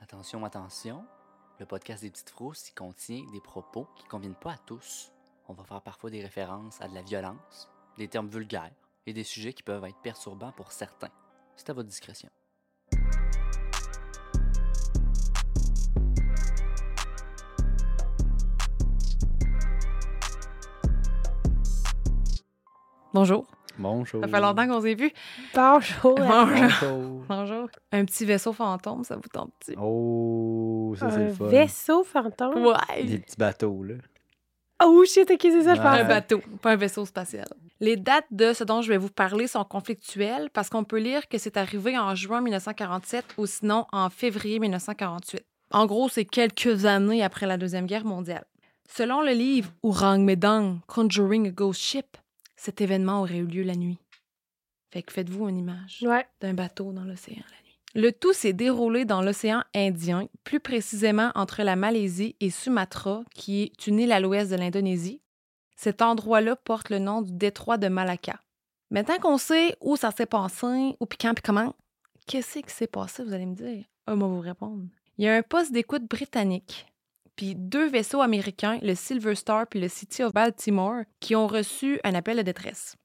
Attention, attention, le podcast des petites frousses y contient des propos qui conviennent pas à tous. On va faire parfois des références à de la violence, des termes vulgaires et des sujets qui peuvent être perturbants pour certains. C'est à votre discrétion. Bonjour. Bonjour. Ça fait longtemps qu'on s'est vu. Bonjour. Bonjour. Bonjour. Bonjour. Un petit vaisseau fantôme, ça vous tente-tu? Oh, ça, c'est Un le fun. vaisseau fantôme. Des Ouais. petits bateaux, là. Oh shit, ok, c'est ça, Ouais. je Pas pense. un bateau, pas un vaisseau spatial. Les dates de ce dont je vais vous parler sont conflictuelles parce qu'on peut lire que c'est arrivé en juin 1947 ou sinon en février 1948. En gros, c'est quelques années après la Deuxième Guerre mondiale. Selon le livre Ourang Medang, Conjuring a Ghost Ship, cet événement aurait eu lieu la nuit. Fait que faites-vous une image. Ouais. d'un bateau dans l'océan la nuit. Le tout s'est déroulé dans l'océan Indien, plus précisément entre la Malaisie et Sumatra, qui est une île à l'ouest de l'Indonésie. Cet endroit-là porte le nom du détroit de Malacca. Maintenant qu'on sait où ça s'est passé, où puis quand puis comment, qu'est-ce qui s'est passé, vous allez me dire? Un mot vous répondre. Il y a un poste d'écoute britannique, puis deux vaisseaux américains, le Silver Star puis le City of Baltimore, qui ont reçu un appel de détresse.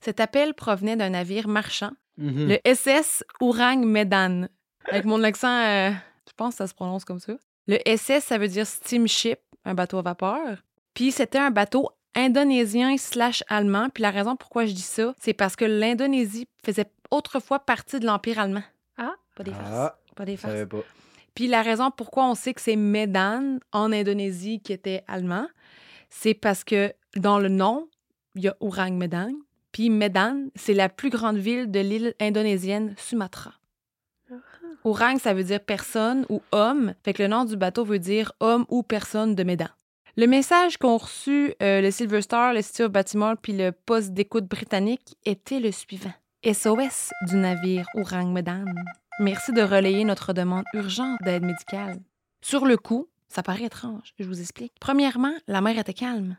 Cet appel provenait d'un navire marchand Mhm. le SS Ourang Medan. Avec mon accent, euh, je pense que ça se prononce comme ça. Le SS, ça veut dire steamship, un bateau à vapeur. Puis c'était un bateau indonésien slash allemand. Puis la raison pourquoi je dis ça, c'est parce que l'Indonésie faisait autrefois partie de l'Empire allemand. Ah. Pas des farces. Ah, Pas des je savais farces. pas. Puis la raison pourquoi on sait que c'est Medan en Indonésie qui était allemand, c'est parce que dans le nom, il y a Orang Medan. Puis Medan, c'est la plus grande ville de l'île indonésienne Sumatra. Orang, ça veut dire personne ou homme. Fait que le nom du bateau veut dire homme ou personne de Medan. Le message qu'ont reçu euh, le Silver Star, le City of Baltimore puis le poste d'écoute britannique était le suivant. SOS du navire Orang Medan. Merci de relayer notre demande urgente d'aide médicale. Sur le coup, ça paraît étrange, je vous explique. Premièrement, la mer était calme.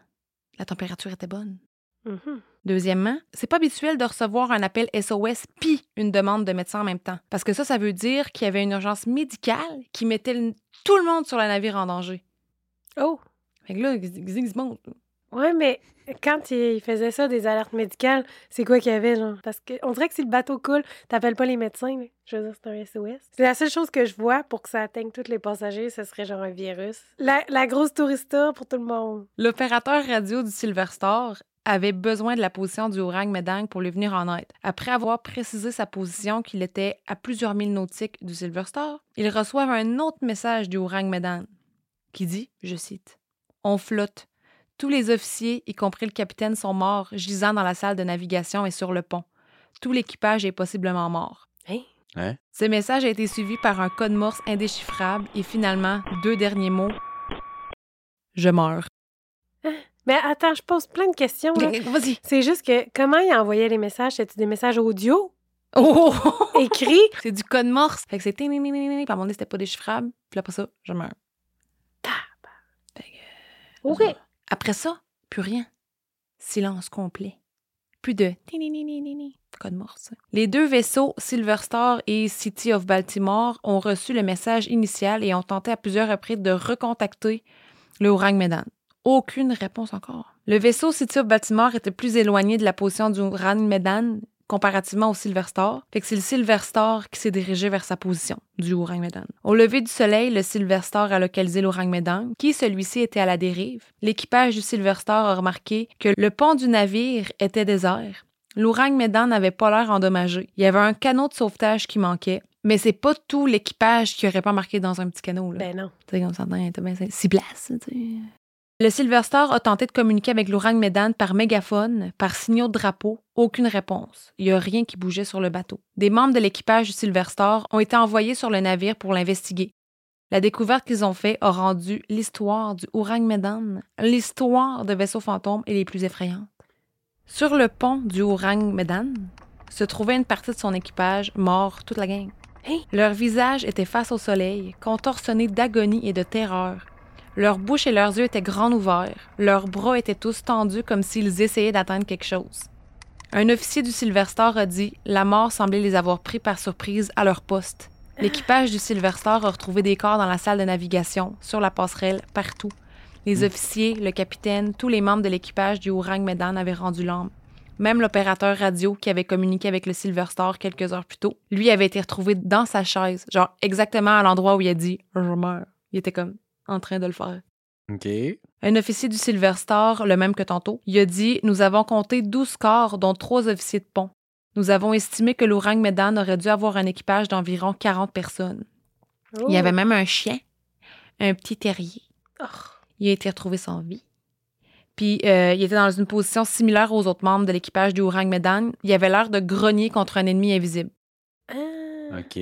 La température était bonne. Mhm. Deuxièmement, c'est pas habituel de recevoir un appel SOS puis une demande de médecin en même temps. Parce que ça, ça veut dire qu'il y avait une urgence médicale qui mettait le- tout le monde sur le navire en danger. Oh. Fait que là, Xing- Xing se monte. Ouais, mais quand il il faisait ça, des alertes médicales, c'est quoi qu'il y avait, genre? Parce qu'on dirait que si le bateau coule, t'appelles pas les médecins, mais je veux dire, c'est un SOS. C'est la seule chose que je vois pour que ça atteigne tous les passagers, ce serait genre un virus. La, la grosse tourista pour tout le monde. L'opérateur radio du Silver Star avait besoin de la position du orang Medang pour lui venir en aide. Après avoir précisé sa position qu'il était à plusieurs milles nautiques du Silver Star, ils reçoivent un autre message du orang Medang qui dit, je cite, On flotte. Tous les officiers, y compris le capitaine, sont morts, gisant dans la salle de navigation et sur le pont. Tout l'équipage est possiblement mort. Hein? Hein? Ce message a été suivi par un code morse indéchiffrable et finalement, deux derniers mots. Je meurs. Mais attends, je pose plein de questions, là. Vas-y. C'est juste que comment il envoyait les messages? C'était-tu des messages audio? Oh! Écrits? c'est du code morse. Fait que c'était. Puis à un moment donné, c'était pas déchiffrable. Puis après ça, je meurs. OK. Après ça, plus rien. Silence complet. Plus de. Code morse. Les deux vaisseaux, Silver Star et City of Baltimore, ont reçu le message initial et ont tenté à plusieurs reprises de recontacter le Orang Medan. Aucune réponse encore. Le vaisseau City of Baltimore était plus éloigné de la position du Orang Medan comparativement au Silver Star, fait que c'est le Silver Star qui s'est dirigé vers sa position, du Orang Medan. Au lever du soleil, le Silver Star a localisé l'Orang Medan, qui celui-ci était à la dérive. L'équipage du Silver Star a remarqué que le pont du navire était désert. L'Orang Medan n'avait pas l'air endommagé. Il y avait un canot de sauvetage qui manquait, mais c'est pas tout l'équipage qui aurait pas marqué dans un petit canot. Là. Ben non. Tu sais, comme ça, t'as- t'as bien ça- six places, tu sais. Le Silver Star a tenté de communiquer avec l'Orang Medan par mégaphone, par signaux de drapeau, aucune réponse. Il n'y a rien qui bougeait sur le bateau. Des membres de l'équipage du Silver Star ont été envoyés sur le navire pour l'investiguer. La découverte qu'ils ont faite a rendu l'histoire du Orang Medan, l'histoire de vaisseaux fantômes et les plus effrayantes. Sur le pont du Orang Medan se trouvait une partie de son équipage, mort toute la gang. Leurs visages étaient face au soleil, contorsionnés d'agonie et de terreur. Leurs bouches et leurs yeux étaient grands ouverts. Leurs bras étaient tous tendus comme s'ils essayaient d'atteindre quelque chose. Un officier du Silver Star a dit La mort semblait les avoir pris par surprise à leur poste. L'équipage du Silver Star a retrouvé des corps dans la salle de navigation, sur la passerelle, partout. Les Mm. officiers, le capitaine, tous les membres de l'équipage du Orang Medan avaient rendu l'âme. Même l'opérateur radio qui avait communiqué avec le Silver Star quelques heures plus tôt, lui avait été retrouvé dans sa chaise, genre exactement à l'endroit où il a dit « je meurs ». Il était comme en train de le faire. OK. Un officier du Silver Star, le même que tantôt, il a dit Nous avons compté 12 corps, dont trois officiers de pont. Nous avons estimé que l'Ourang Medan aurait dû avoir un équipage d'environ 40 personnes. Il y avait même un chien, un petit terrier. Oh. Il a été retrouvé sans vie. Puis euh, il était dans une position similaire aux autres membres de l'équipage du Orang Medan. Il avait l'air de grogner contre un ennemi invisible. Ah. OK.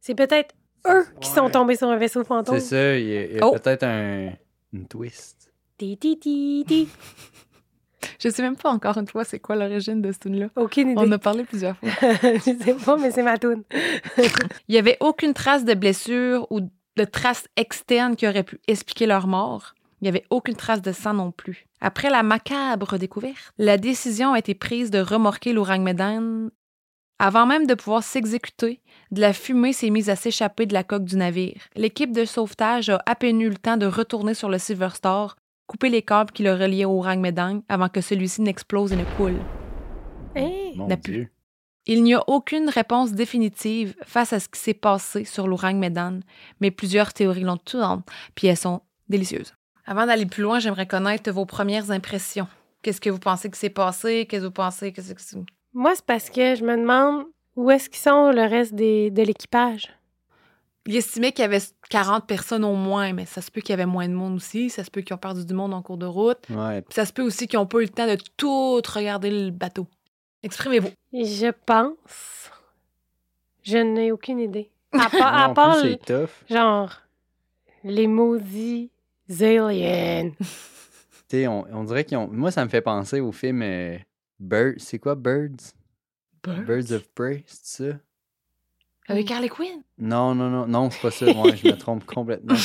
C'est peut-être eux qui sont Ouais. tombés sur un vaisseau fantôme. C'est ça, il y a, il y a Oh. peut-être un une twist. Ti, ti, ti, ti. Je sais même pas encore une fois c'est quoi l'origine de ce tune là Aucune idée. On en a parlé plusieurs fois. Je sais pas, mais c'est ma toune. Il n'y avait aucune trace de blessure ou de trace externe qui aurait pu expliquer leur mort. Il n'y avait aucune trace de sang non plus. Après la macabre découverte, la décision a été prise de remorquer l'Ourang Medan. Avant même de pouvoir s'exécuter, de la fumée s'est mise à s'échapper de la coque du navire. L'équipe de sauvetage a à peine eu le temps de retourner sur le Silver Star, couper les câbles qui le reliaient au Orang Medan avant que celui-ci n'explose et ne coule. Hein? Mon n'a plus. Dieu. Il n'y a aucune réponse définitive face à ce qui s'est passé sur l'Ourang Medan, mais plusieurs théories l'ont tourné, puis elles sont délicieuses. Avant d'aller plus loin, j'aimerais connaître vos premières impressions. Qu'est-ce que vous pensez qui s'est passé? Qu'est-ce que vous pensez? Qu'est-ce que c'est- Moi, c'est parce que je me demande où est-ce qu'ils sont le reste des, de l'équipage. Il estimait qu'il y avait 40 personnes au moins, mais ça se peut qu'il y avait moins de monde aussi. Ça se peut qu'ils ont perdu du monde en cours de route. Ouais. Puis ça se peut aussi qu'ils n'ont pas eu le temps de tout regarder le bateau. Exprimez-vous. Je pense. Je n'ai aucune idée. À part, Non, à en part plus, c'est tough. genre, les maudits aliens. Tu sais, on, on dirait qu'ils ont. Moi, ça me fait penser au film euh, Bird. C'est quoi Birds? Birds of Prey, c'est ça? Avec Harley Quinn. Non, non, non, non, c'est pas ça. Ouais, je me trompe complètement. Bird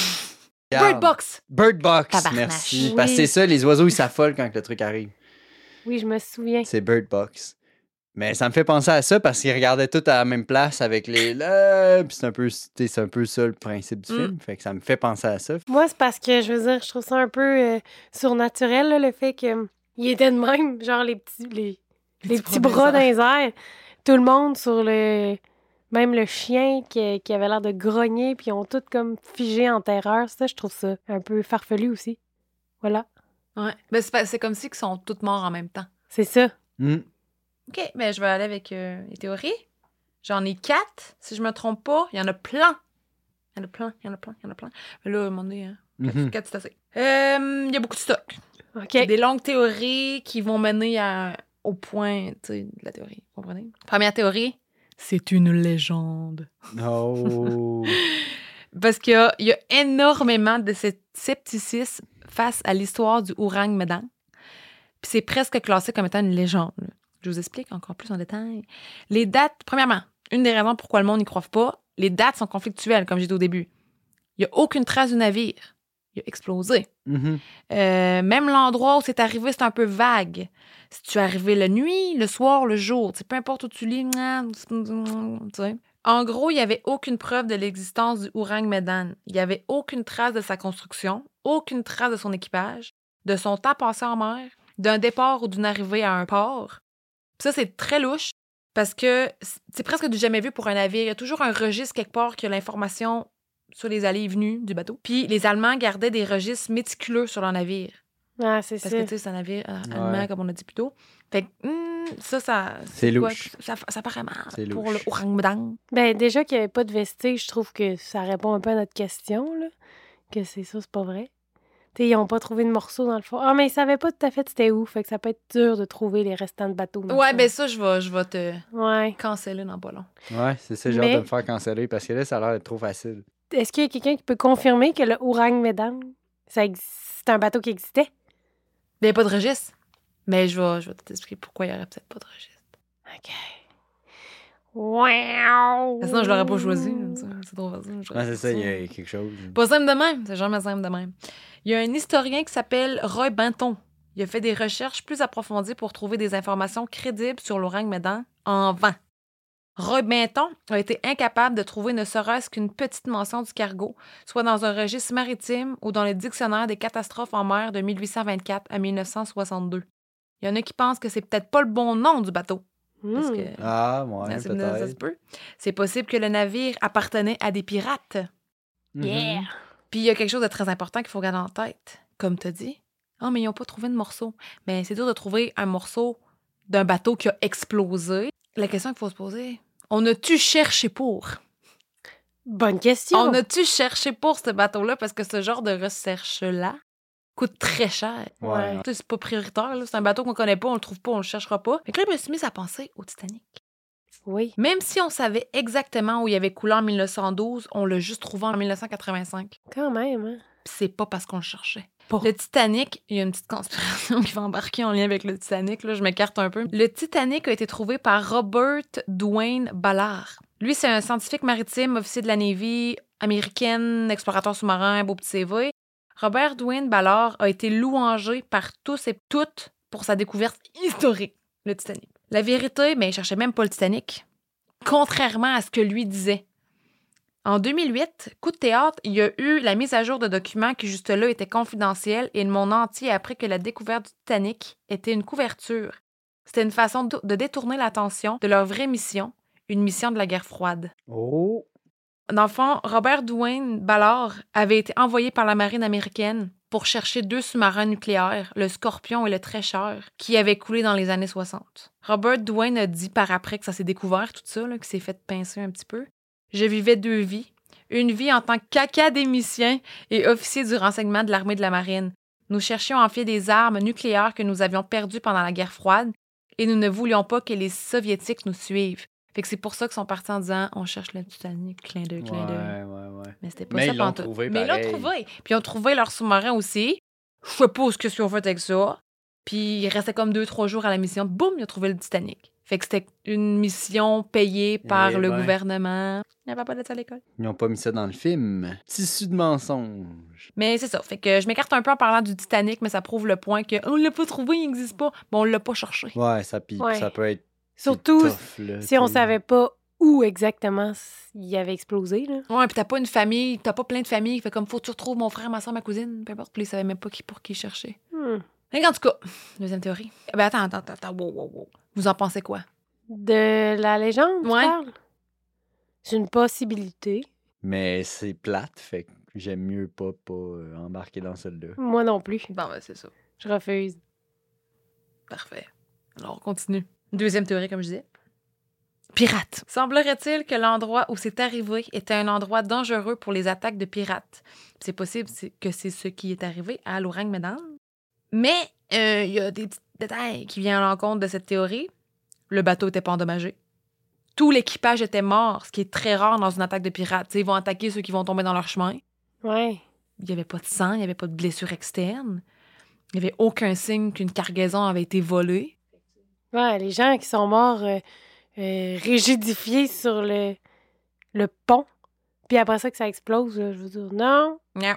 Regarde. Box. Bird Box, Tabarnache. merci. Oui. Parce que c'est ça, les oiseaux, ils s'affolent quand le truc arrive. Oui, je me souviens. C'est Bird Box. Mais ça me fait penser à ça parce qu'ils regardaient tout à la même place avec les là. Puis c'est un, peu- t'sais, c'est un peu ça le principe du Mm. film. Fait que ça me fait penser à ça. Moi, c'est parce que, je veux dire, je trouve ça un peu euh, surnaturel, là, le fait que il était de même, genre les petits, les, les petits bras dans les airs. Tout le monde sur le... Même le chien qui, qui avait l'air de grogner, puis ils ont tous comme figé en terreur. Ça, je trouve ça un peu farfelu aussi. Voilà, Ouais. Mais c'est pas- c'est comme si ils sont tous morts en même temps. c'est ça. Mm. OK, mais je vais aller avec euh, les théories. J'en ai quatre, si je me trompe pas. Il y en a plein. Il y en a plein, il y en a plein, il y en a plein. Mais là, à un moment donné, hein, quatre, Mhm. quatre, c'est assez. Euh, il y a beaucoup de stock. OK. Des longues théories qui vont mener à- au point tu sais, de la théorie. Vous comprenez? Première théorie, c'est une légende. Oh. Parce qu'il y a, il y a énormément de ce- scepticisme face à l'histoire du Orang Medan. Puis c'est presque classé comme étant une légende. là. Je vous explique encore plus en détail. Les dates, premièrement, une des raisons pourquoi le monde n'y croit pas, les dates sont conflictuelles, comme j'ai dit au début. Il n'y a aucune trace du navire. Il a explosé. Mhm. Euh, même l'endroit où c'est arrivé, c'est un peu vague. Si tu es arrivé la nuit, le soir, le jour, tu sais, peu importe où tu lis, mouah, tu sais. En gros, il n'y avait aucune preuve de l'existence du Orang Medan. Il n'y avait aucune trace de sa construction, aucune trace de son équipage, de son temps passé en mer, d'un départ ou d'une arrivée à un port. Puis ça, c'est très louche parce que c'est c'est presque du jamais vu pour un navire. Il y a toujours un registre quelque part qui a l'information sur les allées et venues du bateau. Puis les Allemands gardaient des registres méticuleux sur leur navire. Ah, c'est ça. Parce que, tu sais, c'est un navire euh, allemand, Ouais. comme on a dit plus tôt. Fait que, hmm, ça, ça. C'est quoi? louche. Ça, ça paraît mal C'est pour le louche. orang medan. Ben, déjà qu'il n'y avait pas de vestige, je trouve que ça répond un peu à notre question, là. Que c'est ça, c'est pas vrai. Tu sais, ils n'ont pas trouvé de morceau dans le fond. Ah, mais ils savaient pas tout à fait c'était où, fait que ça peut être dur de trouver les restants de bateaux. dans le Ouais, fond. ben ça, je vais, je vais te Ouais. canceller dans pas long. Ouais, c'est ça, j'ai hâte Mais- de me faire canceller parce que là, ça a l'air d'être trop facile. Est-ce qu'il y a quelqu'un qui peut confirmer que le Orang Medan, ça existe- c'est un bateau qui existait? Mais il n'y a Ben, pas de registre. Mais je vais, je vais t'expliquer pourquoi il n'y aurait peut-être pas de registre. OK. Wow! Sinon, je l'aurais pas choisi. ça, C'est trop facile. je Ouais, l'aurais pas c'est ça, il y choisi. a quelque chose. Pas simple de même, c'est jamais simple de même. Il y a un historien qui s'appelle Roy Benton. Il a fait des recherches plus approfondies pour trouver des informations crédibles sur l'orang medan en vain. Robinton a été incapable de trouver ne serait-ce qu'une petite mention du cargo, soit dans un registre maritime ou dans le dictionnaire des catastrophes en mer de 1824 à 1962. Il y en a qui pensent que c'est peut-être pas le bon nom du bateau. Parce Hmm. que ça, Ah, ouais, c'est- ça se peut-être. peut. C'est possible que le navire appartenait à des pirates. Mhm. Puis il y a quelque chose de très important qu'il faut garder en tête. Comme tu dit, ah, mais ils n'ont pas trouvé de morceau. Mais c'est dur de trouver un morceau d'un bateau qui a explosé. La question qu'il faut se poser, on a-tu cherché pour? Bonne question. On a-tu cherché pour ce bateau-là? Parce que ce genre de recherche-là coûte très cher. Ouais. Tu sais, C'est pas prioritaire. là. C'est un bateau qu'on connaît pas, on le trouve pas, on le cherchera pas. Fait que là, je me suis mise à penser au Titanic. Oui. Même si on savait exactement où il avait coulé en 1912, on l'a juste trouvé en 1985. Quand même. hein. Puis c'est pas parce qu'on le cherchait. Pas. Le Titanic, il y a une petite conspiration qui va embarquer en lien avec le Titanic, là, je m'écarte un peu. Le Titanic a été trouvé par Robert Dwayne Ballard. Lui, c'est un scientifique maritime, officier de la Navy américaine, explorateur sous-marin, beau petit CV. Robert Dwayne Ballard a été louangé par tous et toutes pour sa découverte historique, le Titanic. La vérité, mais il cherchait même pas le Titanic, contrairement à ce que lui disait. En 2008, coup de théâtre, il y a eu la mise à jour de documents qui jusque-là étaient confidentiels et le monde entier a appris que la découverte du Titanic était une couverture. C'était une façon de de détourner l'attention de leur vraie mission, une mission de la guerre froide. Oh. Dans le fond, Robert Dwayne Ballard avait été envoyé par la marine américaine pour chercher deux sous-marins nucléaires, le Scorpion et le Treasure, qui avaient coulé dans les années 60. Robert Dwayne a dit par après que ça s'est découvert tout ça, là, qu'il s'est fait pincer un petit peu. Je vivais deux vies. Une vie en tant qu'académicien et officier du renseignement de l'armée de la marine. Nous cherchions à enfiler des armes nucléaires que nous avions perdues pendant la guerre froide et nous ne voulions pas que les Soviétiques nous suivent. Fait que c'est pour ça qu'ils sont partis en disant on cherche le Titanic, clin d'œil, Ouais, clin d'œil. ouais, ouais. Mais c'était pas Mais ça ils l'ont pantoute. trouvé Mais ils l'ont pareil. trouvé. Puis ils ont trouvé leur sous-marin aussi. Je sais pas ce que si on fait avec ça. Puis il restait comme deux, trois jours à la mission. Boum, ils ont trouvé le Titanic. Fait que c'était une mission payée par Eh le ben. gouvernement. Il n'y avait pas d'être à l'école. Ils n'ont pas mis ça dans le film. Tissu de mensonge. Mais c'est ça. Fait que je m'écarte un peu en parlant du Titanic, mais ça prouve le point que on l'a pas trouvé, il n'existe pas. Bon, on l'a pas cherché. Ouais, ça, pique, Ouais. ça peut être. Surtout tough, là, si on t'sais. savait pas où exactement s- il avait explosé. Là. Ouais, puis t'as pas une famille, t'as pas plein de familles. Fait comme faut que tu retrouves mon frère, ma soeur, ma cousine, peu importe. Puis ils savaient même pas qui pour qui chercher. Hmm. Fait en tout cas, deuxième théorie. Eh Ben attends, attends, attends, attends, wow, wow, wow. Vous en pensez quoi? De la légende, tu Ouais. parles? C'est une possibilité. Mais c'est plate, fait que j'aime mieux pas, pas euh, embarquer dans celle-là. Moi non plus. Bon, ben c'est ça. Je refuse. Parfait. Alors, on continue. Deuxième théorie, comme je disais. Pirates. Semblerait-il que l'endroit où c'est arrivé était un endroit dangereux pour les attaques de pirates. C'est possible c'est- que c'est ce qui est arrivé à l'Orang Medan. Mais euh, il y a des petits détails qui viennent à l'encontre de cette théorie. Le bateau n'était pas endommagé. Tout l'équipage était mort, ce qui est très rare dans une attaque de pirates. Tu sais, ils vont attaquer ceux qui vont tomber dans leur chemin. Ouais. Il n'y avait pas de sang, il n'y avait pas de blessure externe. Il n'y avait aucun signe qu'une cargaison avait été volée. Ouais, les gens qui sont morts euh, euh, rigidifiés sur le, le pont, puis après ça que ça explose, là, je veux dire, non, Non.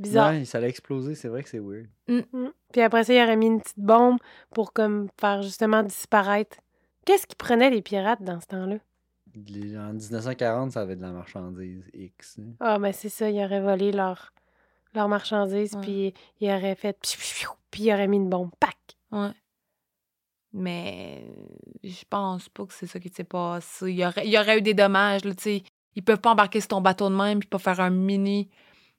bizarre. Mm. Ouais, ça l'a explosé, c'est vrai que c'est weird. Puis après ça, il aurait mis une petite bombe pour comme faire justement disparaître. Qu'est-ce qu'ils prenaient les pirates dans ce temps-là? Les- En 1940, ça avait de la marchandise X. hein. Ah, ben c'est ça, ils auraient volé leur, leur marchandise, Ouais. puis ils auraient fait pfiou, pfiou, puis ils auraient mis une bombe. Pac! Ouais. Mais euh, je pense pas que c'est ça qui s'est passé. Il y aurait, il y aurait eu des dommages, là, tu sais. Ils peuvent pas embarquer sur ton bateau de même puis pas faire un mini,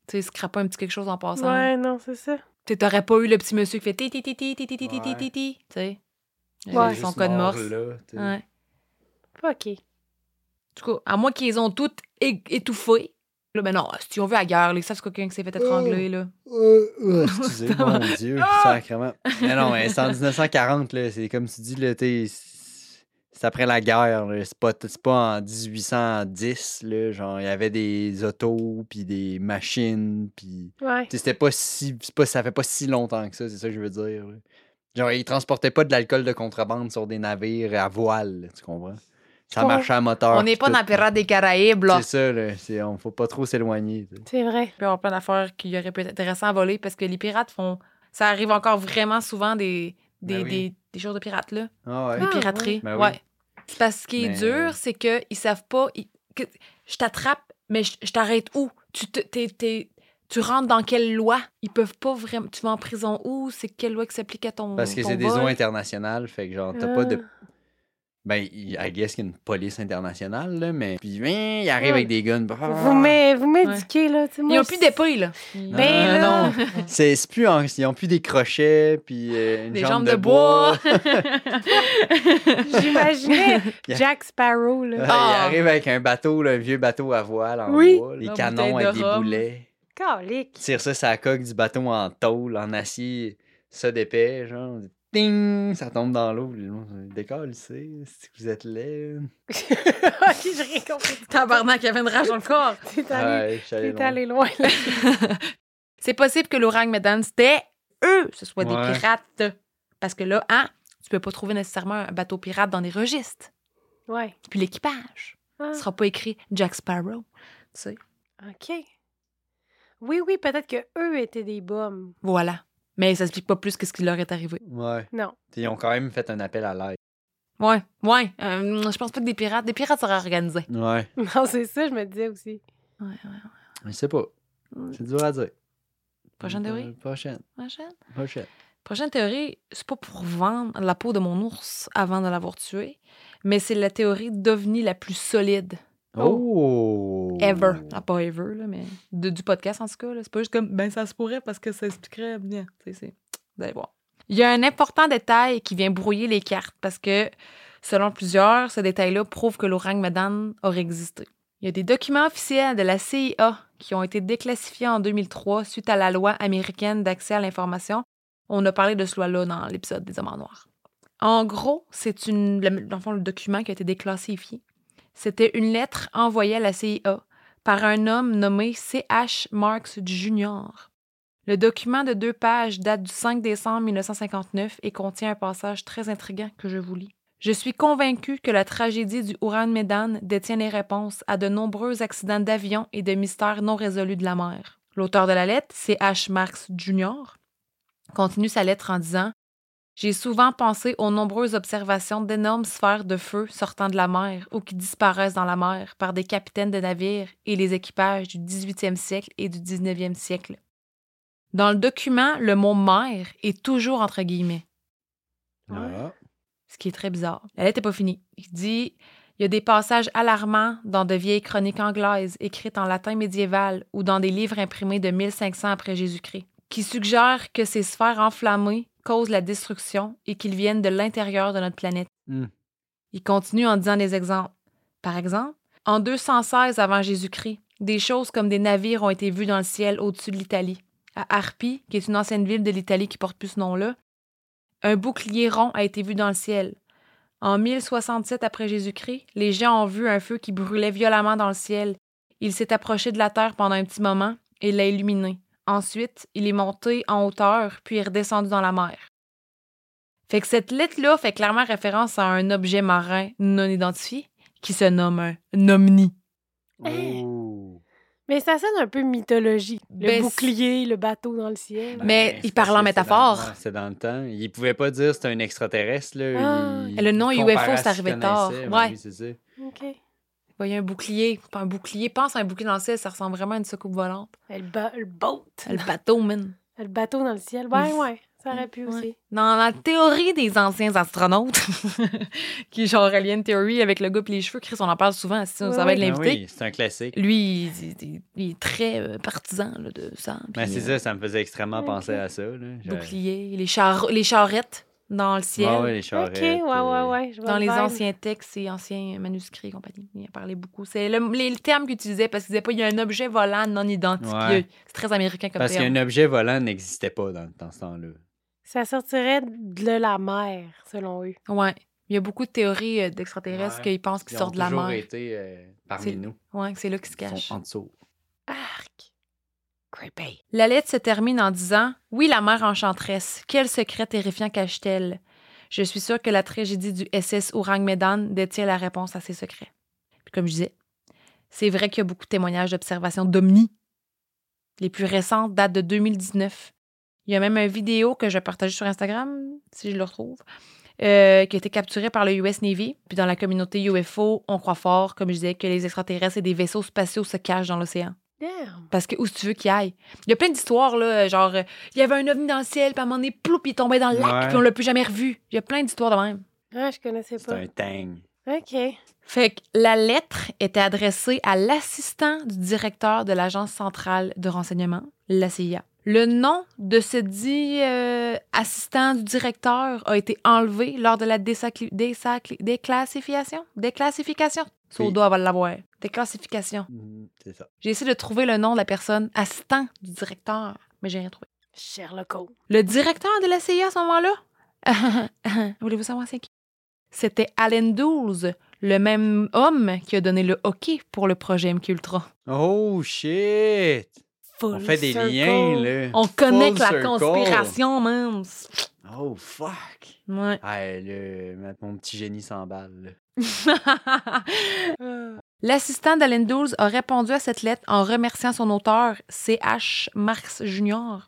tu sais, scraper un petit quelque chose en passant. Ouais, non, c'est ça. Tu sais, t'aurais pas eu le petit monsieur qui fait ti ti ti ti ti ti ti ti ti ti ti, tu sais. Il y Ouais. a eu C'est Son juste code mort, morse. là, t'sais. Ouais. OK. En tout cas, à moins qu'ils les ont toutes é- étouffées. Là, ben non, si on veut à guerre, là, ils savent c'est quelqu'un qui s'est fait étrangler, là. Euh, euh, excusez, Justement. mon Dieu, Ah! sacrément. Mais non, mais c'est en 1940, là, c'est comme tu dis, là, t'es- c'est après la guerre, là, c'est pas, c'est pas en 1810, là, genre, il y avait des autos, puis des machines, puis... Ouais. tu sais, C'était pas si... c'est pas- ça fait pas si longtemps que ça, c'est ça que je veux dire, là. Genre, ils transportaient pas de l'alcool de contrabande sur des navires à voile, là, tu comprends? Ça Ouais. marchait à moteur. on n'est puis pas Ah, tout, dans la là. période des Caraïbes, là. C'est ça, là, c'est- on faut pas trop s'éloigner, tu sais. C'est vrai. Il peut y avoir plein d'affaires qui auraient pu être intéressantes à voler parce que les pirates font. Ça arrive encore vraiment souvent des, des, Ben oui. des, des choses de pirates, là. Ah ouais. De Ah, piraterie. Ben oui. ouais. C'est parce que ce qui est Mais- dur, c'est qu'ils savent pas. ils- que- je t'attrape, mais je, je t'arrête où? Tu, te- t'es- t'es- tu rentres dans quelle loi? Ils peuvent pas vraiment. Tu vas en prison où? C'est quelle loi qui s'applique à ton. Parce que ton c'est des vol? eaux internationales, fait que genre, t'as pas de. Ah. Ben, il- I guess qu'il y a une police internationale, là, mais. Puis, hein, il Ah. arrive Ouais. avec des guns. brrr. Vous m'é- vous m'éduquez, là. Ils n'ont plus d'épée, là. Ben non, là! non. C'est c'est plus en- Ils ont plus des crochets, puis euh, une Des jambe jambes de bois. J'imaginais Yeah. Jack Sparrow, Ouais, là. Ah. Il arrive avec un bateau, là, un vieux bateau à voile en Oui. bois, les La canons bouteille avec de des rhum. boulets. Calique. Tire ça sur la coque du bateau en tôle, en acier, ça d'épais, genre. Ding! Ça tombe dans l'eau. les gens, Décolle, c'est. Si vous êtes laid. ok, j'ai rien compris. Tabarnak, il y avait une rage dans le corps. T'es allé, Ouais, je suis allé t'es loin. allé loin, là. C'est possible que l'orang Medan, c'était eux, ce soit Ouais. des pirates. Parce que là, hein, tu peux pas trouver nécessairement un bateau pirate dans les registres. Ouais. Puis l'équipage. Ah, Ce sera pas écrit Jack Sparrow. Tu sais. ok. Oui, oui, peut-être que eux étaient des bombes. Voilà. Mais ça explique pas plus que ce qui leur est arrivé. Ouais. Non. Ils ont quand même fait un appel à l'aide. Ouais, ouais. euh, je pense pas que des pirates. Des pirates seraient organisés. Ouais. Non, c'est ça, je me disais aussi. Ouais, ouais. Je sais pas. C'est dur à dire. Prochaine théorie? Euh, Prochaine. Prochaine? Prochaine. Prochaine théorie, c'est pas pour vendre la peau de mon ours avant de l'avoir tué, mais c'est la théorie d'OVNI la plus solide Oh! ever. Ah, pas ever, là, mais de- du podcast, en tout cas. là. C'est pas juste comme, ben, ça se pourrait parce que ça expliquerait bien. Tu sais, c'est- Vous allez voir. Il y a un important détail qui vient brouiller les cartes parce que, selon plusieurs, ce détail-là prouve que l'orang Medan aurait existé. Il y a des documents officiels de la CIA qui ont été déclassifiés en 2003 suite à la loi américaine d'accès à l'information. On a parlé de ce loi-là dans l'épisode des Hommes en Noir. En gros, c'est une, le- dans le fond, le document qui a été déclassifié. C'était une lettre envoyée à la CIA par un homme nommé C.H. Marks Jr. Le document de deux pages date du 5 décembre 1959 et contient un passage très intriguant que je vous lis. Je suis convaincu que la tragédie du Ouran Medan détient les réponses à de nombreux accidents d'avion et de mystères non résolus de la mer. L'auteur de la lettre, C.H. Marks Jr., continue sa lettre en disant j'ai souvent pensé aux nombreuses observations d'énormes sphères de feu sortant de la mer ou qui disparaissent dans la mer par des capitaines de navires et les équipages du 18e siècle et du 19e siècle. Dans le document, le mot mer est toujours entre guillemets Ah. ce qui est très bizarre. La lettre n'est pas finie. Il dit Il y a des passages alarmants dans de vieilles chroniques anglaises écrites en latin médiéval ou dans des livres imprimés de 1500 après Jésus-Christ, qui suggèrent que ces sphères enflammées causent la destruction et qu'ils viennent de l'intérieur de notre planète. Hmm. Il continue en disant des exemples. Par exemple, en 216 avant Jésus-Christ, des choses comme des navires ont été vues dans le ciel au-dessus de l'Italie. À Harpie, qui est une ancienne ville de l'Italie qui porte plus ce nom-là, un bouclier rond a été vu dans le ciel. En 1067 après Jésus-Christ, les gens ont vu un feu qui brûlait violemment dans le ciel. Il s'est approché de la terre pendant un petit moment et l'a illuminé. Ensuite, il est monté en hauteur puis est redescendu dans la mer. Fait que cette lettre-là fait clairement référence à un objet marin non identifié qui se nomme un omni. Hey. Oh. Mais ça sonne un peu mythologie. Le Ben, bouclier, le bateau dans le ciel. Ben, Mais c'est il parce parle en que c'est métaphore. dans le- C'est dans le temps. Il pouvait pas dire c'était un extraterrestre. Là. Ah. Il- Et le nom il UFO, comparait à c'est ce qu'il arrivé tard. connaissait. Ouais. oui, c'est ça. Ben OK. Voyez un bouclier, pas un bouclier, pense à un bouclier dans le ciel, ça ressemble vraiment à une soucoupe volante. Le, ba- le boat. Le bateau, man. Le bateau dans le ciel. Ouais, Mm. ouais. Ça aurait pu Ouais. aussi. Dans la théorie des anciens astronautes, qui est genre Alien Theory avec le gars pis les cheveux, Chris, on en parle souvent, si on Oui, ça va être oui. Ah l'invité. oui, c'est un classique. Lui, il, il- il est très euh, partisan là, de ça. Mais pis, Ben, c'est euh, ça, ça me faisait extrêmement Ok. penser à ça. Là. Je- Bouclier, les, char- les charrettes dans le ciel. Ah ouais, les charrettes. OK, ouais, ouais, euh, ouais. je vois Dans le les vibe. anciens textes et anciens manuscrits et compagnie. Il en parlait beaucoup. C'est le, les termes qu'il utilisait parce qu'il disait pas il y a un objet volant non identifié. Ouais. C'est très américain comme Parce terme. qu'un objet volant n'existait pas dans, dans ce temps-là. Ça sortirait de la mer, selon eux. Ouais. Il y a beaucoup de théories euh, d'extraterrestres Ouais. qui pensent qu'ils Ils sortent de ont la toujours mer. été euh, parmi C'est- nous. Ouais, que c'est là qu'ils se Ils cachent. sont en dessous. Arc. Creepy. La lettre se termine en disant Oui, la mère enchanteresse, quel secret terrifiant cache-t-elle Je suis sûre que la tragédie du SS Orang Medan détient la réponse à ces secrets. Puis comme je disais, c'est vrai qu'il y a beaucoup de témoignages d'observations d'omni. Les plus récentes datent de 2019. Il y a même une vidéo que je vais partager sur Instagram, si je le retrouve, euh, qui a été capturé par le US Navy. Puis dans la communauté UFO, on croit fort, comme je disais, que les extraterrestres et des vaisseaux spatiaux se cachent dans l'océan. Damn. Parce que où si tu veux qu'il aille. Il y a plein d'histoires, là, genre, euh, il y avait un ovni dans le ciel, puis à un moment donné, ploup, il tombait dans le lac, Ouais. puis on l'a plus jamais revu. Il y a plein d'histoires de même. Ah, je connaissais C'est pas. un tang. OK. Fait que la lettre était adressée à l'assistant du directeur de l'Agence centrale de renseignement, la CIA. Le nom de ce dit euh, assistant du directeur a été enlevé lors de la désacli- désacli- déclassification. Déclassification. Soda va l'avoir. Déclassification. Mhm, C'est ça. J'ai essayé de trouver le nom de la personne assistant du directeur, mais j'ai rien trouvé. Sherlock Holmes. Le directeur de la CIA à ce moment-là, voulez-vous savoir c'est qui? C'était Allen 12, le même homme qui a donné le hockey pour le projet MK Ultra. Oh shit! On Full fait des circle. liens, là. On connecte la circle. conspiration, même. Oh fuck! Ouais. Hey, là, Ah, ma- mon petit génie s'emballe. là. Ah. L'assistant d'Allen 12 a répondu à cette lettre en remerciant son auteur, C.H. Marx Jr.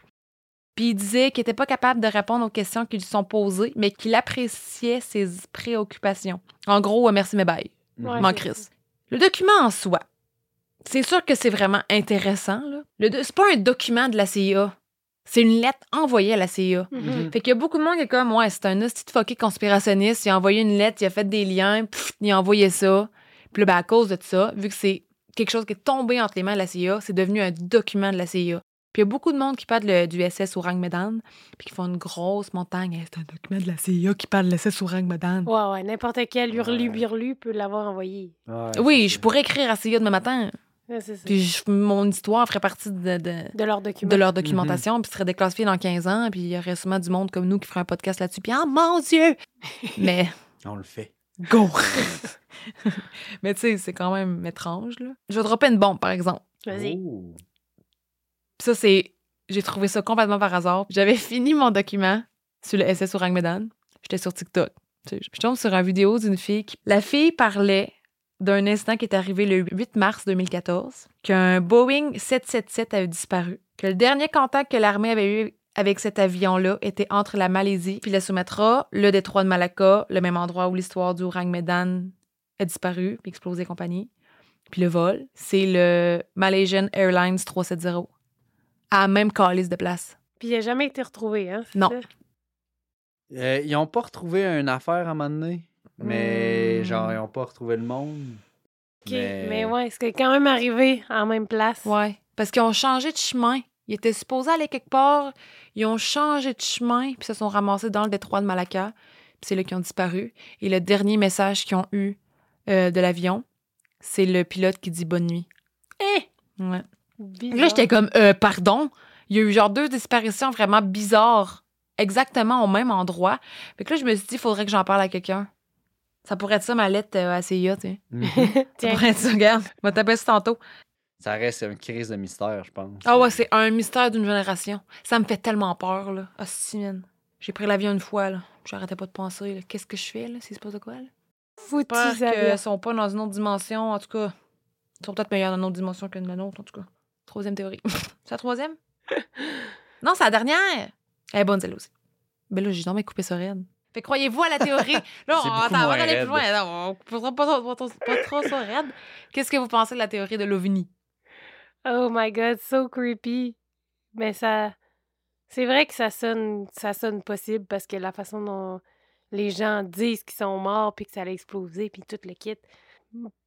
Puis il disait qu'il n'était pas capable de répondre aux questions qui lui sont posées, mais qu'il appréciait ses préoccupations. En gros, euh, merci, mais bye. Ouais. Je Mhm. m'en crisse. Le document en soi, c'est sûr que c'est vraiment intéressant. Là. Le do- c'est pas un document de la CIA. C'est une lettre envoyée à la CIA. Mhm. Fait qu'il y a beaucoup de monde qui est comme, ouais, c'est un hostie de fucké conspirationniste. Il a envoyé une lettre, il a fait des liens, pff, il a envoyé ça. Puis là, ben, à cause de ça, vu que c'est quelque chose qui est tombé entre les mains de la CIA, c'est devenu un document de la CIA. Puis il y a beaucoup de monde qui parle le- du SS Orang Medan, puis qui font une grosse montagne. Hey, C'est un document de la CIA qui parle de l'SS Orang Medan. Ouais, ouais, n'importe quel Ouais. hurlu-birlu peut l'avoir envoyé. Ouais, Oui, c'est je pourrais écrire à CIA demain matin. Ouais, c'est ça. Puis je- mon histoire ferait partie de, de, De leur de document. leur documentation, puis serait déclassifiée dans 15 ans, puis il y aurait sûrement du monde comme nous qui ferait un podcast là-dessus, puis oh mon Dieu! Mais ça. On le fait. go! Mais tu sais, c'est quand même étrange, là. Je vais dropper une bombe, par exemple. Vas-y. Oh. Puis ça, c'est. J'ai trouvé ça complètement par hasard. J'avais fini mon document sur le SS Orang Medan. J'étais sur TikTok. Tu sais, Je tombe sur une vidéo d'une fille qui. La fille parlait d'un incident qui est arrivé le 8 mars 2014, qu'un Boeing 777 avait disparu, que le dernier contact que l'armée avait eu avec cet avion-là était entre la Malaisie puis la Sumatra, le détroit de Malacca, le même endroit où l'histoire du Orang Medan a disparu, puis explosé et compagnie. Puis le vol, c'est le Malaysian Airlines 370 à la même calice de place. Puis il n'a jamais été retrouvé, hein? c'est Non. ça? Euh, ils ont pas retrouvé une affaire à un moment donné. Mais Hmm. genre, ils ont pas retrouvé le monde. OK, Mais... ouais, c'est quand même arrivé en même place. Ouais. Parce qu'ils ont changé de chemin. Ils étaient supposés aller quelque part. Ils ont changé de chemin, puis se sont ramassés dans le détroit de Malacca. Puis c'est là qu'ils ont disparu. Et le dernier message qu'ils ont eu euh, de l'avion, c'est le pilote qui dit bonne nuit. Eh! Ouais. Bizarre. Là, j'étais comme, Euh, pardon. Il y a eu genre deux disparitions vraiment bizarres, exactement au même endroit. Fait que là, je me suis dit, il faudrait que j'en parle à quelqu'un. Ça pourrait être ça, ma lettre euh, à CIA, tu sais. Mhm. Ça Tiens. pourrait être ça, regarde. Je vais t'appeler ça tantôt. ça reste une crise de mystère, je pense. Ah ouais, c'est un mystère d'une génération. Ça me fait tellement peur, là. Ah, si, man. J'ai pris l'avion une fois, là. J'arrêtais pas de penser, là. Qu'est-ce que je fais, là? S'il se passe de quoi, là? foutu, J'espère ça, qu'ils là. sont pas dans une autre dimension, en tout cas. Ils sont peut-être meilleurs dans une autre dimension que dans la nôtre, en tout cas. Troisième théorie. c'est la troisième? non, c'est la dernière! Elle est bonne, celle-là aussi. Ben là, j'ai jamais coupé ça raide. Fait que croyez-vous à la théorie. Là, on, C'est beaucoup attends, on va moins aller plus raide. loin. Non, on coupera pas, trop- pas trop- pas trop ça raide. Qu'est-ce que vous pensez de la théorie de l'OVNI? Oh my god, so creepy. Mais ça. C'est vrai que ça sonne, ça sonne possible parce que la façon dont les gens disent qu'ils sont morts puis que ça a explosé puis tout le kit,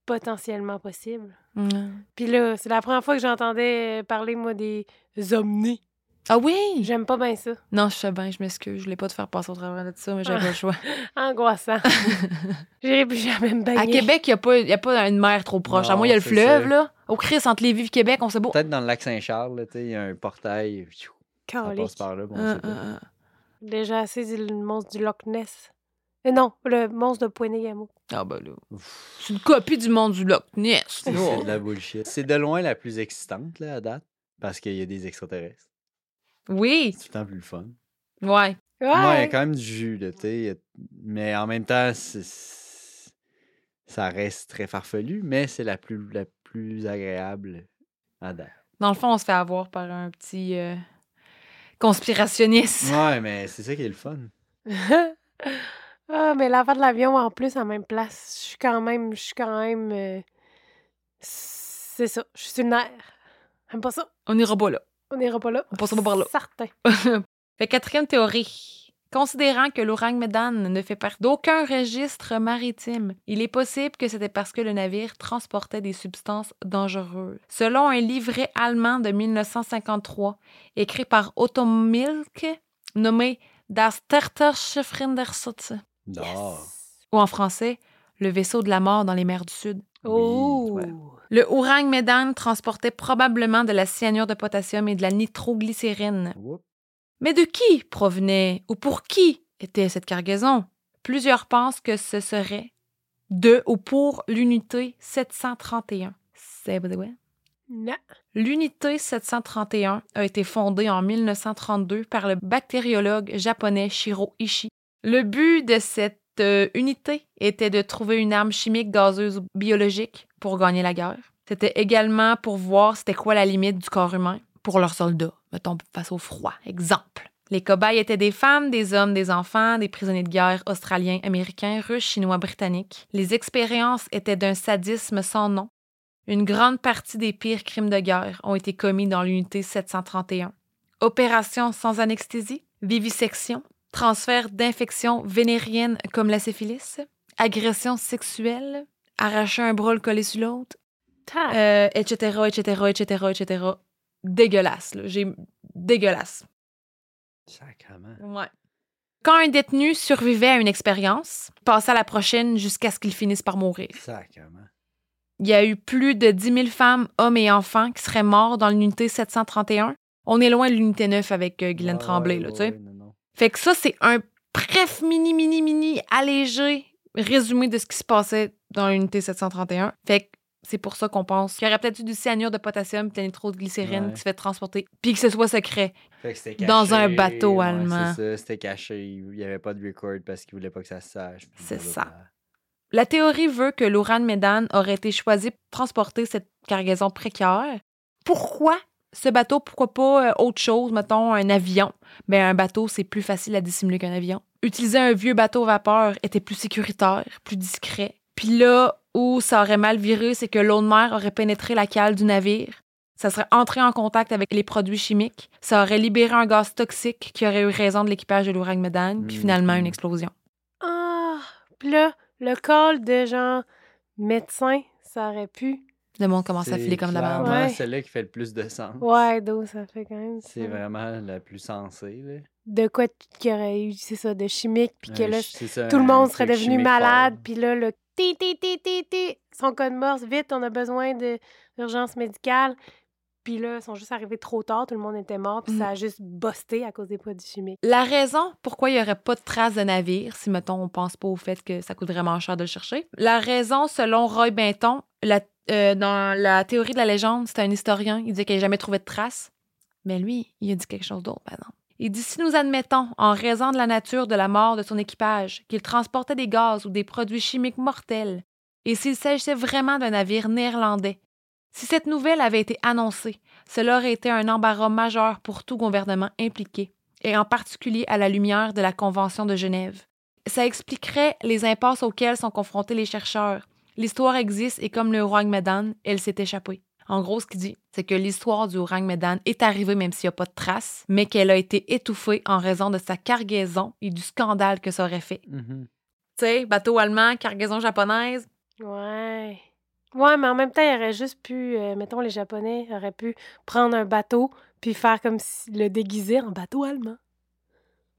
potentiellement possible. Mm. Puis là, c'est la première fois que j'entendais parler, moi, des omnis. Ah oui! J'aime pas bien ça. Non, je sais bien, je m'excuse. Je voulais pas te faire passer au travers de ça, mais j'avais Ah. pas le choix. Angoissant. J'irai plus jamais me baigner. À Québec, il n'y a, pas- y a pas une mer trop proche. à Non, moi, il y a le c'est fleuve, ça. là. Au Chris, entre Lévis et Québec, on sait beau. Peut-être dans le lac Saint-Charles, là, tu sais, il y a un portail. pfiou, Ça Calique. passe par là, bon, Ah, on sait ah, pas. ah. Déjà assez du le monstre du Loch Ness. Euh, non, le monstre de Pointe-Yamo. Ah, ben là. Ouf, C'est une copie du monde du Loch Ness. là. C'est de la bullshit. C'est de loin la plus excitante, là, à date, parce qu'il y a des extraterrestres. oui, C'est tout le temps plus le fun. ouais. Ouais. Ouais, il y a quand même du jus, là, tu sais. il y a- Mais en même temps, c'est- c'est- ça reste très farfelu, mais c'est la plus, la plus agréable à date. Dans le fond, on se fait avoir par un petit euh, conspirationniste. Ouais, mais c'est ça qui est le fun. Ah, Ah, mais l'affaire de l'avion, en plus, en même place, je suis quand même... Je suis quand même... euh, C'est ça. Je suis sur le nerf. J'aime pas ça. On ira pas là. On n'ira pas là. On passera pas par là. Certain. Fait que quatrième théorie. Considérant que l'orang Medan ne fait partie d'aucun registre maritime, il est possible que c'était parce que le navire transportait des substances dangereuses. Selon un livret allemand de 1953, écrit par Otto Milk, nommé Das Terterschiffrindersutz, Non. ou en français, le vaisseau de la mort dans les mers du Sud. Oh! ouais. Le orang Medan transportait probablement de la cyanure de potassium et de la nitroglycérine. Oups. Mais de qui provenait ou pour qui était cette cargaison? Plusieurs pensent que ce serait de ou pour l'unité 731. C'est ouais. Non. L'unité 731 a été fondée en 1932 par le bactériologue japonais Shiro Ishii. Le but de cette euh, unité était de trouver une arme chimique, gazeuse ou biologique pour gagner la guerre. C'était également pour voir c'était quoi la limite du corps humain pour leurs soldats, mettons face au froid. Exemple. Les cobayes étaient des femmes, des hommes, des enfants, des prisonniers de guerre australiens, américains, russes, chinois, britanniques. Les expériences étaient d'un sadisme sans nom. Une grande partie des pires crimes de guerre ont été commis dans l'unité 731. Opérations sans anesthésie, vivisection, transfert d'infections vénériennes comme la syphilis, agressions sexuelles, arracher un bras le coller sur l'autre, Ta- euh, etc., etc., etc., etc. Dégueulasse, là. J'ai... Dégueulasse. Sacrement. Ouais. Quand un détenu survivait à une expérience, il passait à la prochaine jusqu'à ce qu'il finisse par mourir. Sacrement. Il y a eu plus de 10 000 femmes, hommes et enfants qui seraient morts dans l'unité 731. On est loin de l'unité 9 avec euh, Guylaine Ah Ouais, Tremblay, ouais, là, tu ouais, sais. ouais, non, non. Fait que ça, c'est un bref, mini, mini, mini, allégé résumé de ce qui se passait dans l'unité 731. Fait que c'est pour ça qu'on pense qu'il y aurait peut-être eu du cyanure de potassium puis de nitroglycérine Ouais. qui se fait transporter, puis que ce soit secret. Fait que c'était Dans un caché, bateau ouais, allemand. C'est ça, c'était caché. Il n'y avait pas de record parce qu'il voulait pas que ça se sache. puis C'est blablabla. La théorie veut que l'Uran Medan aurait été choisi pour transporter cette cargaison précaire. Pourquoi ce bateau? Pourquoi pas euh, autre chose, mettons un avion? Mais un bateau, c'est plus facile à dissimuler qu'un avion. Utiliser un vieux bateau vapeur était plus sécuritaire, plus discret. Puis là où ça aurait mal viré, c'est que l'eau de mer aurait pénétré la cale du navire. Ça serait entré en contact avec les produits chimiques. Ça aurait libéré un gaz toxique qui aurait eu raison de l'équipage de l'Ourang Medan, puis finalement une Mhm. explosion. Ah! Puis là, le call de genre médecin, ça aurait pu. Le monde commence à C'est filer comme de la merde. clairement Ouais. celle-là qui fait le plus de sens. Ouais, d'où ça fait quand même. C'est ça. vraiment la plus sensée. Là. De quoi t- qu'il y aurait eu, c'est ça, de chimique, puis que Un là, ch- Ah, c'est ça, tout le un monde serait truc devenu chimique malade, fort. puis là, le ti ti ti ti ti, son code morse, vite, on a besoin de- d'urgence médicale. Puis là, ils sont juste arrivés trop tard, tout le monde était mort, puis Mm. ça a juste busté à cause des produits chimiques. La raison pourquoi il n'y aurait pas de traces de navire, si mettons on pense pas au fait que ça coûte vraiment cher de le chercher, la raison selon Roy Benton, la- euh, dans la théorie de la légende, c'est un historien, il dit qu'il n'a jamais trouvé de traces, mais lui, il a dit quelque chose d'autre, par exemple. Il dit si nous admettons, en raison de la nature de la mort de son équipage, qu'il transportait des gaz ou des produits chimiques mortels, et s'il s'agissait vraiment d'un navire néerlandais, si cette nouvelle avait été annoncée, cela aurait été un embarras majeur pour tout gouvernement impliqué et en particulier à la lumière de la Convention de Genève. Ça expliquerait les impasses auxquelles sont confrontés les chercheurs. L'histoire existe et comme le Orang Medan, elle s'est échappée. En gros, ce qu'il dit, c'est que l'histoire du Orang Medan est arrivée même s'il n'y a pas de traces, mais qu'elle a été étouffée en raison de sa cargaison et du scandale que ça aurait fait. Mhm. Tu sais, bateau allemand, cargaison japonaise. Ouais. Ouais, mais en même temps, il aurait juste pu, euh, mettons, les Japonais auraient pu prendre un bateau puis faire comme si le déguiser en bateau allemand.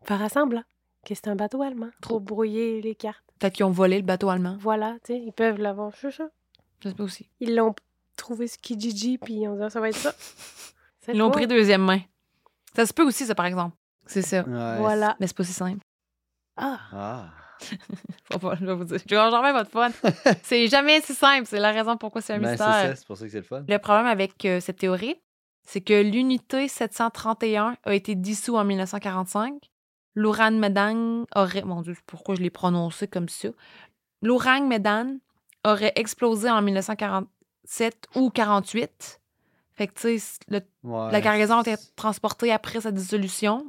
Faire à semblant que c'est un bateau allemand. Trop brouiller les cartes. Peut-être qu'ils ont volé le bateau allemand. Voilà, tu sais, ils peuvent l'avoir. Je sais ça. Je sais pas aussi. Ils l'ont trouvé ce Kijiji puis ils ont dit, Ah, ça va être ça. C'est Ils l'ont pas- pris deuxième main. Ça se peut aussi, ça, par exemple. C'est ça. Ouais, Voilà. Mais c'est pas si simple. Ah, c'est- Ah. Faut pas, je vais vous dire. Je vais en jamais votre fun. C'est jamais si simple. C'est la raison pourquoi c'est un Ben, c'est ça, mystère. c'est pour ça que c'est le fun. Le problème avec euh, cette théorie, c'est que l'unité 731 a été dissous en 1945. L'Oran Medan aurait. Mon Dieu, pourquoi je l'ai prononcé comme ça? L'Orang Medan aurait explosé en 1947 ou 48. Fait que, tu sais, le- Ouais. la cargaison a été transportée après sa dissolution.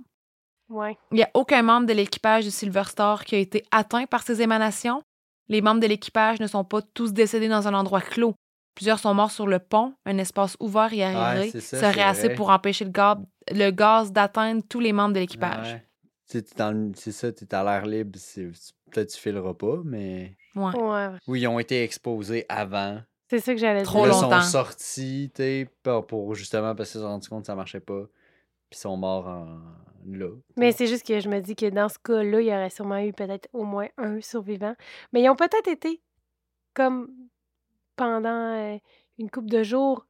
Ouais. Il n'y a aucun membre de l'équipage du Silver Star qui a été atteint par ces émanations. Les membres de l'équipage ne sont pas tous décédés dans un endroit clos. Plusieurs sont morts sur le pont, un espace ouvert et aéré c'est ça, c'est serait assez vrai. pour empêcher le, ga- le gaz d'atteindre tous les membres de l'équipage. Ouais. Tu sais, t'es dans le- C'est ça, t'es à l'air libre. c'est- Peut-être tu fileras pas, mais. Ouais. Ouais. Oui, ils ont été exposés avant. C'est ça que j'allais dire. Trop Là, longtemps. sont sortis, tu sais, pour, pour justement parce qu'ils se sont rendus compte que ça marchait pas. Puis ils sont morts en... là. Mais c'est juste que je me dis que dans ce cas-là, il y aurait sûrement eu peut-être au moins un survivant. Mais ils ont peut-être été comme pendant euh, une couple de jours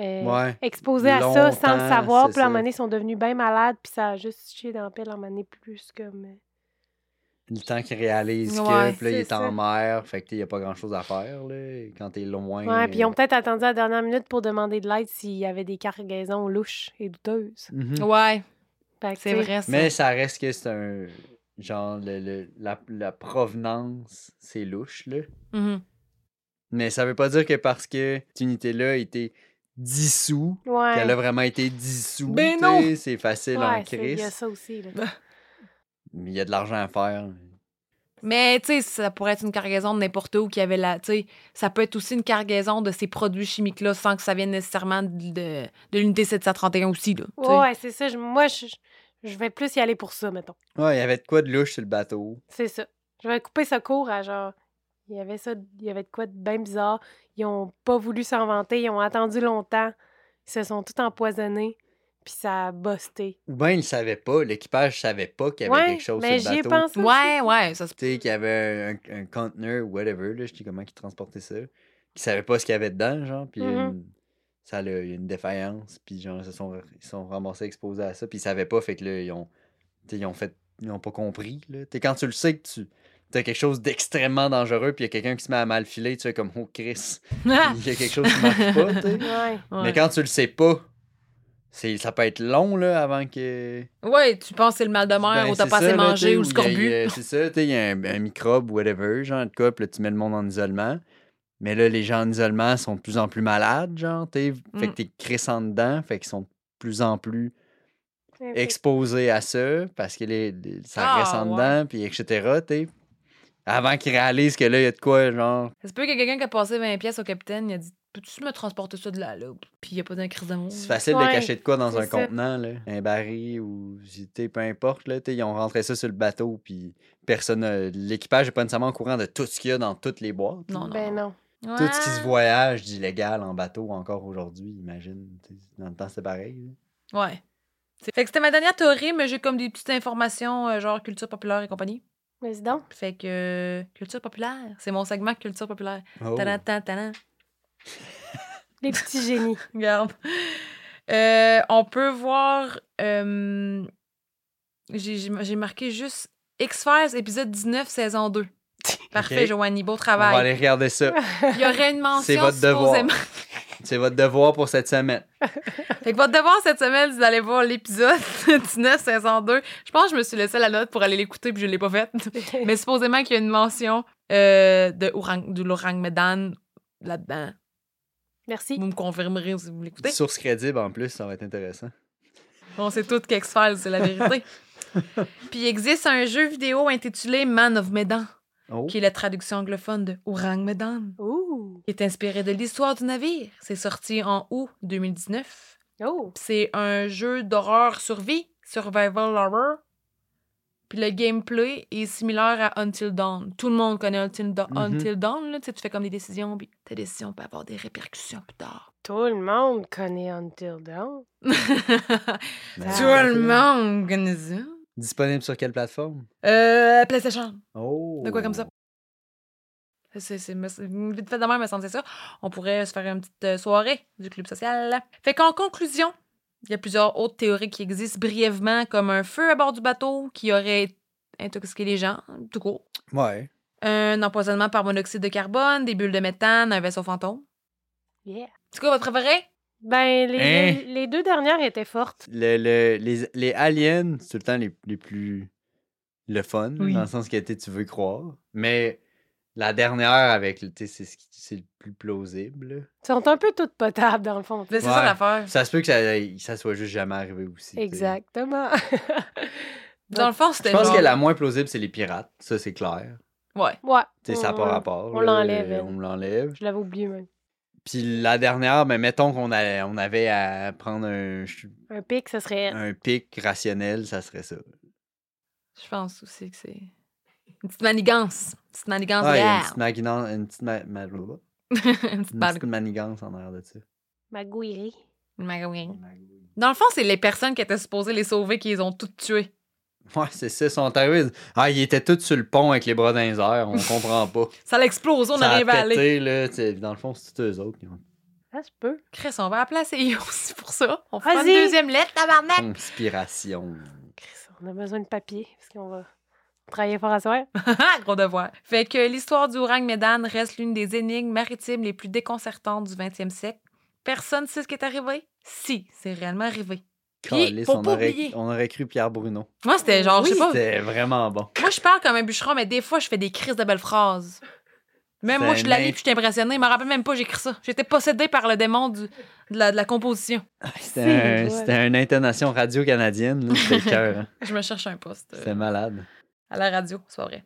euh, Ouais. exposés à ça sans le Longtemps, savoir. c'est Puis à un ça. moment donné, ils sont devenus bien malades. Puis ça a juste chié dans la pelle à un moment donné plus comme. euh, Le temps qu'ils réalisent Ouais, que, puis là, il est c'est en ça. mer. Fait que, tu sais, il n'y a pas grand chose à faire, là. Quand t'es loin. euh. Ouais, puis ils ont peut-être attendu à la dernière minute pour demander de l'aide s'il y avait des cargaisons louches et douteuses. Mhm. Ouais, Fait que, c'est tu sais, vrai ça. Mais ça reste que c'est un. Genre, le, le- la, la provenance, c'est louche, là. Mhm. Mais ça veut pas dire que parce que cette unité-là a été dissous, Ouais. qu'elle a vraiment été dissous. Ben tu non! sais, C'est facile en Ouais, c'est- il y a crise. ça aussi. là. Mais il y a de l'argent à faire. Mais tu sais, ça pourrait être une cargaison de n'importe où qui avait la. Tu sais, ça peut être aussi une cargaison de ces produits chimiques-là sans que ça vienne nécessairement de, de, de l'unité 731 aussi. Là, tu sais. Ouais, c'est ça. je- moi, je, je vais plus y aller pour ça, mettons. Ouais, il y avait de quoi de louche sur le bateau. C'est ça. Je vais couper ce cours à genre. Il y avait ça, il y avait de quoi de bien bizarre. Ils ont pas voulu s'en vanter, ils ont attendu longtemps. Ils se sont tout empoisonnés, puis ça a busté. Ou bien ils ne savaient pas, l'équipage savait pas qu'il y avait Ouais, quelque chose mais sur j'y ai le bateau. pensé. ouais, ouais, ça se Tu sais, qu'il y avait un, un conteneur ou whatever, là, je sais comment ils transportaient ça. Qu'ils savaient pas ce qu'il y avait dedans, genre, puis il y a Mhm. une- ça là, il y a une défaillance, puis genre, ils se sont, ils se sont ramassés exposés à ça, puis ils savaient pas, fait que là, ils ont, tu sais, ils ont fait, ils ont pas compris, là. Tu sais, quand tu le sais que tu as quelque chose d'extrêmement dangereux, puis il y a quelqu'un qui se met à mal filer, tu fais comme, oh Chris, il y a quelque chose qui marche pas, tu sais. Ouais. Ah! Ouais. Mais quand tu le sais pas, c'est, ça peut être long, là, avant que. Ouais, tu penses que c'est le mal de mer Ben, ou t'as c'est pas assez ça, là, mangé t'sais, ou le où il y a- il y scorbut. a- C'est ça, tu sais, il y a un, un microbe, whatever, genre, de couple, tu mets le monde en isolement. Mais là, les gens en isolement sont de plus en plus malades, genre, tu Fait Mm. que t'es crissant dedans, fait qu'ils sont de plus en plus Ouais, exposés à ça, parce que les, les- ça Ah, reste en ouais. dedans, puis etc., tu Avant qu'ils réalisent que là, il y a de quoi, genre. Ça se peut qu'il y a quelqu'un qui a passé 20 pièces au capitaine, il a dit Peux-tu me transporter ça de là, là Puis il a pas d'un crise de mot. C'est facile Ouais, de cacher de quoi dans c'est un ça. contenant, là. Un baril ou t'sais, peu importe, là. t'sais, ils ont rentré ça sur le bateau, puis personne. n'a- L'équipage n'est pas nécessairement au courant de tout ce qu'il y a dans toutes les boîtes. Non, non. Ben non. non. Tout ce qui se voyage d'illégal en bateau encore aujourd'hui, imagine. T'sais, Dans le temps, c'était pareil. là. Ouais. C'est- Fait que c'était ma dernière théorie, mais j'ai comme des petites informations, euh, genre culture populaire et compagnie. Mais dis donc. Fait que euh, culture populaire, c'est mon segment culture populaire. Oh. Tadam, tadam, tadam. Les petits génies. Regarde. Euh, on peut voir. euh, j'ai- J'ai j'ai marqué juste X-Files, épisode 19, saison 2. Parfait, Ok. Joanie, beau On va travail. aller regarder ça. Il y aurait une mention. C'est votre devoir. supposément. C'est votre devoir pour cette semaine. Fait que votre devoir cette semaine, c'est d'aller voir l'épisode 19, saison 2. Je pense que je me suis laissé la note pour aller l'écouter puis je l'ai pas faite. Mais supposément qu'il y a une mention euh, de, orang, de l'orang Medan là-dedans. Merci. Vous me confirmerez si vous l'écoutez. Source crédible en plus, ça va être intéressant. On sait toutes qu'X-Files, c'est la vérité. puis il existe un jeu vidéo intitulé Man of Medan, Oh. qui est la traduction anglophone de Orang Medan. Ouh. qui est inspiré de l'histoire du navire. C'est sorti en août 2019. Oh. C'est un jeu d'horreur survie, survival horror. Puis le gameplay est similaire à Until Dawn. Tout le monde connaît Until, Da- Mhm. Until Dawn. Là, tu sais, tu fais comme des décisions, puis tes décisions peuvent avoir des répercussions plus tard. Tout le monde connaît Until Dawn. Ben, Tout Ah, le monde connaît ça. Disponible sur quelle plateforme? Euh, PlayStation. Oh. De quoi comme ça? C'est, c'est, me- vite fait de même, me semble, c'est ça. On pourrait se faire une petite euh, soirée du club social. Fait qu'en conclusion, il y a plusieurs autres théories qui existent brièvement, comme un feu à bord du bateau qui aurait intoxiqué les gens, tout court. Ouais. Un empoisonnement par monoxyde de carbone, des bulles de méthane, un vaisseau fantôme. Yeah. C'est quoi votre préféré? Ben, les, Hein? les- les deux dernières étaient fortes. Le, le- les, les aliens, c'est tout le temps les, les plus. le fun, Oui. dans le sens que t'sais, tu veux croire. Mais la dernière avec. le- t'sais, C'est ce qui- c'est le plus plausible. là. Ils sont un peu toutes potables, dans le fond. Ben, c'est Ouais. ça l'affaire. Ça se peut que ça, ça soit juste jamais arrivé aussi. t'sais. Exactement. Dans le fond, Je c'était pense genre- que la moins plausible, c'est les pirates. Ça, c'est clair. Ouais. Ouais. Tu sais, ça n'a pas Ouais. rapport. On là, l'enlève, euh, elle. On me l'enlève. Je l'avais oublié, même. Puis la dernière, mais mettons qu'on a- on avait à prendre un, Un pic, ce serait. un pic rationnel, ça serait ça. Je pense aussi que c'est... Une petite manigance. Une petite manigance Ouais, Ah, il y a une derrière. petite, magna- une petite ma- ma- Une petite une balle. petite manigance en arrière de ça. Magouillerie. Une magouille. Dans le fond, c'est les personnes qui étaient supposées les sauver qui les ont toutes tuées. Ouais, c'est ça, ils sont arrivés. Ah, ils étaient tous sur le pont avec les bras dans les airs, on comprend pas. Ça l'explose, on ça a arrive à aller. pété, là. tu sais, Dans le fond, c'est tous eux autres qui ont Ça se peut. Chris, on va appeler la CIO aussi pour ça. On fera une Vas-y. deuxième lettre, tabarnak. conspiration. Chris, on a besoin de papier, parce qu'on va travailler fort à soir. Ah, Gros devoir. Fait que l'histoire du orang Medan reste l'une des énigmes maritimes les plus déconcertantes du 20e siècle. Personne ne sait ce qui est arrivé. Si, c'est réellement arrivé. Puis, Calisse, faut on, pas aurait, oublier. on aurait cru Pierre Bruno. Moi, c'était genre, je sais pas. C'était vraiment bon. Moi, je parle comme un bûcheron, mais des fois, je fais des crises de belles phrases. Même C'est moi, je un suis l'allée in- puis je suis impressionnée. Je me rappelle même pas, j'ai écrit ça. J'étais possédée par le démon du- de, la, de la composition. Ah, C'était un- drôle. c'était une intonation radio-canadienne. là, C'était le cœur. hein. Je me cherche un poste euh, C'était malade. à la radio, c'est pas vrai.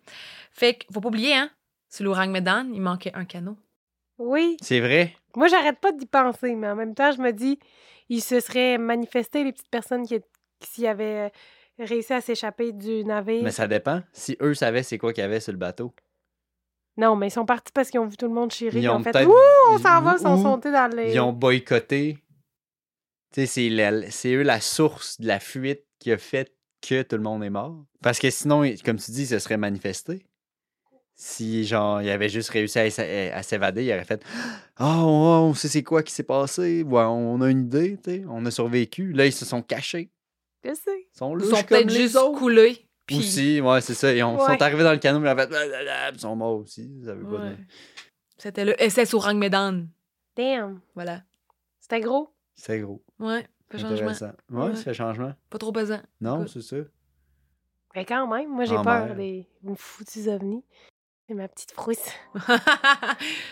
Fait que, faut pas oublier, hein, sur l'Ourang Medan, il manquait un canot. Oui. C'est vrai. Moi, j'arrête pas d'y penser, mais en même temps, je me dis, ils se seraient manifestés, les petites personnes qui, qui s'y avaient euh, réussi à s'échapper du navire. Mais ça dépend. Si eux savaient c'est quoi qu'il y avait sur le bateau. Non, mais ils sont partis parce qu'ils ont vu tout le monde chérir. Ils ont, fait, peut-être- ouh, on s'en va, ils sont ou sautés dans les. Ils ont boycotté. Tu sais, c'est la- c'est eux la source de la fuite qui a fait que tout le monde est mort. Parce que sinon, ils- comme tu dis, ce serait manifesté. Si, genre, ils avaient juste réussi à essa- à s'évader, ils auraient fait Ah, on, on sait c'est quoi qui s'est passé. Ouais, on a une idée, tu sais. On a survécu. Là, ils se sont cachés. Je sais. Ils sont là, Ils je sont suis peut-être comme les juste autres. coulés. Puis... Aussi, ouais, c'est ça. Ils ont- Ouais. sont arrivés dans le canot, mais en fait, blablabla, ils sont morts aussi. Ça veut pas Ouais. dire. C'était le SS Orang Medan. Damn. Voilà. C'était gros. C'est gros. Ouais, pas changement. Intéressant. Ouais, Ouais. ça fait changement. Pas trop pesant. Non, Good. c'est ça. Mais quand même, moi, j'ai En peur mer. des des foutus ovnis. C'est ma petite frousse.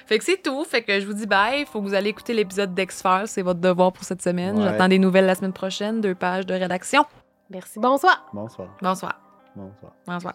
fait que c'est tout. Fait que je vous dis bye. Faut que vous allez écouter l'épisode d'X-Files. C'est votre devoir pour cette semaine. Ouais. J'attends des nouvelles la semaine prochaine. Deux pages de rédaction. Merci, bonsoir. Bonsoir. Bonsoir. Bonsoir. Bonsoir.